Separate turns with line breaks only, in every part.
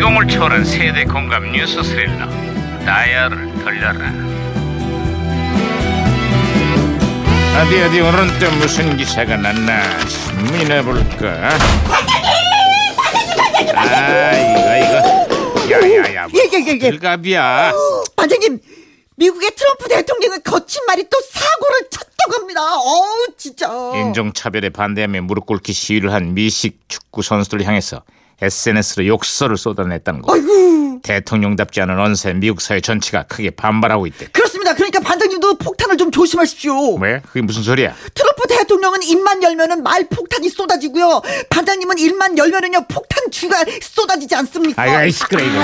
꿈을 초월한 세대 공감 뉴스 스릴러 다이얼을 돌려라 어디 어디 오늘은 또 무슨 기사가 났나 신문이나 볼까 반장님 반장님 아 이거 이거 야야야 뭐
예, 예, 예, 예.
들갑이야
반장님, 미국의 트럼프 대통령의 거친 말이 또 사고를 쳤다고 합니다. 어우, 진짜.
인종차별에 반대하며 무릎 꿇기 시위를 한 미식 축구 선수들을 향해서 SNS로 욕설을 쏟아냈다는
어?
거
아이고.
대통령답지 않은 언세 미국 사회 전체가 크게 반발하고 있대
그렇습니다. 그러니까 반장님도 폭탄을 좀 조심하십시오.
왜? 그게 무슨 소리야?
트럼프 대통령은 입만 열면은 말 폭탄이 쏟아지고요. 반장님은 입만 열면은요 폭탄 주가 쏟아지지 않습니까?
아이고, 아이, 시끄러, 이거.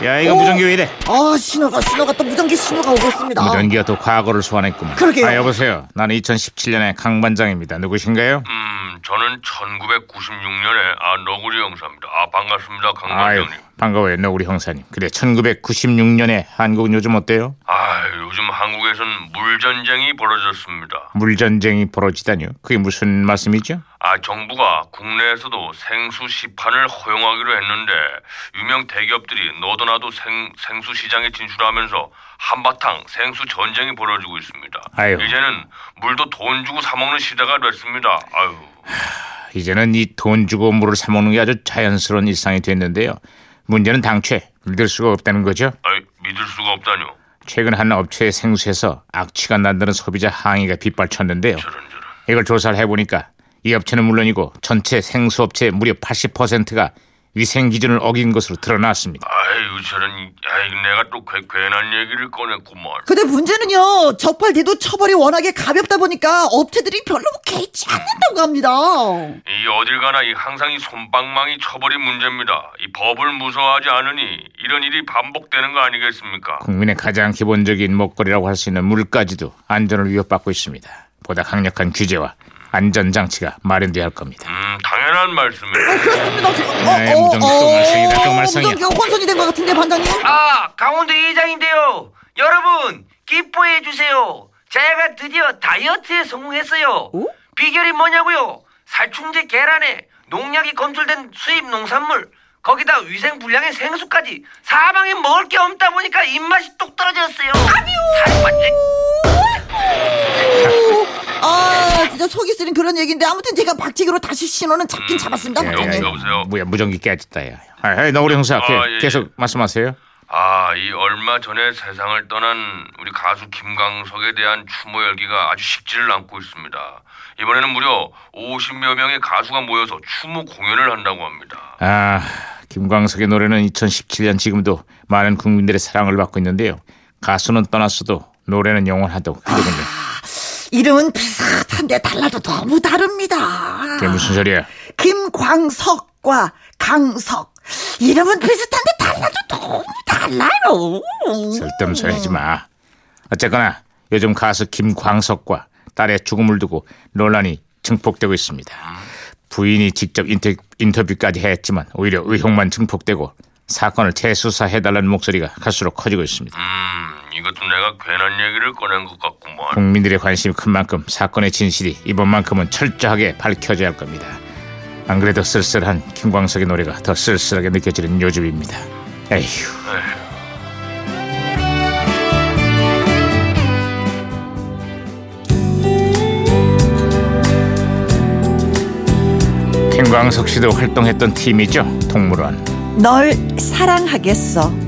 아,
야 이거
어.
무전기 왜 이래?
아 신호가 신호가 또 무전기 신호가 오고 있습니다.
무전기가 또 과거를 소환했구만
그러게요.
아 여보세요 나는 2017년의 강반장입니다 누구신가요?
음, 저는 1996년에 아 너구리 형사입니다. 아 반갑습니다,
아유
강반장님.
반가워요 너 우리 형사님 그래 1996년에 한국은 요즘 어때요?
아 요즘 한국에선 물 전쟁이 벌어졌습니다.
물전쟁이 벌어지다니요 그게 무슨 말씀이죠?
아 정부가 국내에서도 생수 시판을 허용하기로 했는데 유명 대기업들이 너도나도 생, 생수 시장에 진출하면서 한바탕 생수 전쟁이 벌어지고 있습니다.
아유.
이제는 물도 돈 주고 사 먹는 시대가 됐습니다. 아유.
이제는 이 돈 주고 물을 사 먹는 게 아주 자연스러운 일상이 됐는데요 문제는 당최 믿을 수가 없다는 거죠
아이, 믿을 수가 없다뇨.
최근 한 업체의 생수에서 악취가 난다는 소비자 항의가 빗발쳤는데요
저런 저런.
이걸 조사를 해보니까 이 업체는 물론이고 전체 생수업체의 무려 80%가 위생 기준을 어긴 것으로 드러났습니다.
아유 저런. 아이 내가 또 괴, 괜한 얘기를 꺼냈구만.
근데 문제는요 적발돼도 처벌이 워낙에 가볍다 보니까 업체들이 별로 개의치 않는다고 합니다.
이 어딜 가나 이 항상 이 손방망이 처벌이 문제입니다. 이 법을 무서워하지 않으니 이런 일이 반복되는 거 아니겠습니까?
국민의 가장 기본적인 먹거리라고 할 수 있는 물까지도 안전을 위협받고 있습니다. 보다 강력한 규제와 안전 장치가 마련돼야 할 겁니다.
음, 당연한 말씀이에요.
그렇습니다. 지금 어,
네,
어,
무전기 또
어,
말썽이다, 또 말썽이야.
무전기가 혼선이 된 것 같은데 반장님.
아, 강원도 회장인데요. 여러분, 기뻐해 주세요. 제가 드디어 다이어트에 성공했어요. 비결이 뭐냐고요? 살충제 계란에 농약이 검출된 수입 농산물, 거기다 위생 불량의 생수까지 사방에 먹을 게 없다 보니까 입맛이 똑 떨어졌어요. 살 빠질-
아 진짜 속이 쓰린 그런 얘기인데 아무튼 제가 박치기로 다시 신호는
음.
잡긴 잡았습니다.
야,
반장님.
야,
여보세요?
어, 뭐야 무전기 깨졌다야. 아이 너구리 형사
아,
그,
예,
계속 말씀하세요.
아, 이 얼마 전에 세상을 떠난 우리 가수 김광석에 대한 추모 열기가 아주 식지를 않고 있습니다. 이번에는 무려 50여 명의 가수가 모여서 추모 공연을 한다고 합니다.
아 김광석의 노래는 2017년 지금도 많은 국민들의 사랑을 받고 있는데요. 가수는 떠났어도 노래는 영원하다고 하더군요. 예.
이름은 비슷한데 달라도 너무 다릅니다.
그게 예, 무슨 소리야?
김광석과 강석. 이름은 비슷한데 달라도 너무 달라요.
쓸데없어하지 마. 어쨌거나 요즘 가수 김광석과 딸의 죽음을 두고 논란이 증폭되고 있습니다. 부인이 직접 인터, 인터뷰까지 했지만 오히려 의혹만 증폭되고 사건을 재수사해달라는 목소리가 갈수록 커지고 있습니다.
음, 이것도 내가 괜한 얘기를 꺼낸 것 같구만.
국민들의 관심이 큰 만큼 사건의 진실이 이번만큼은 철저하게 밝혀져야 할 겁니다. 안 그래도 쓸쓸한 김광석의 노래가 더 쓸쓸하게 느껴지는 요즘입니다. 에휴. 김광석 씨도 활동했던 팀이죠 동물원.
널 사랑하겠어.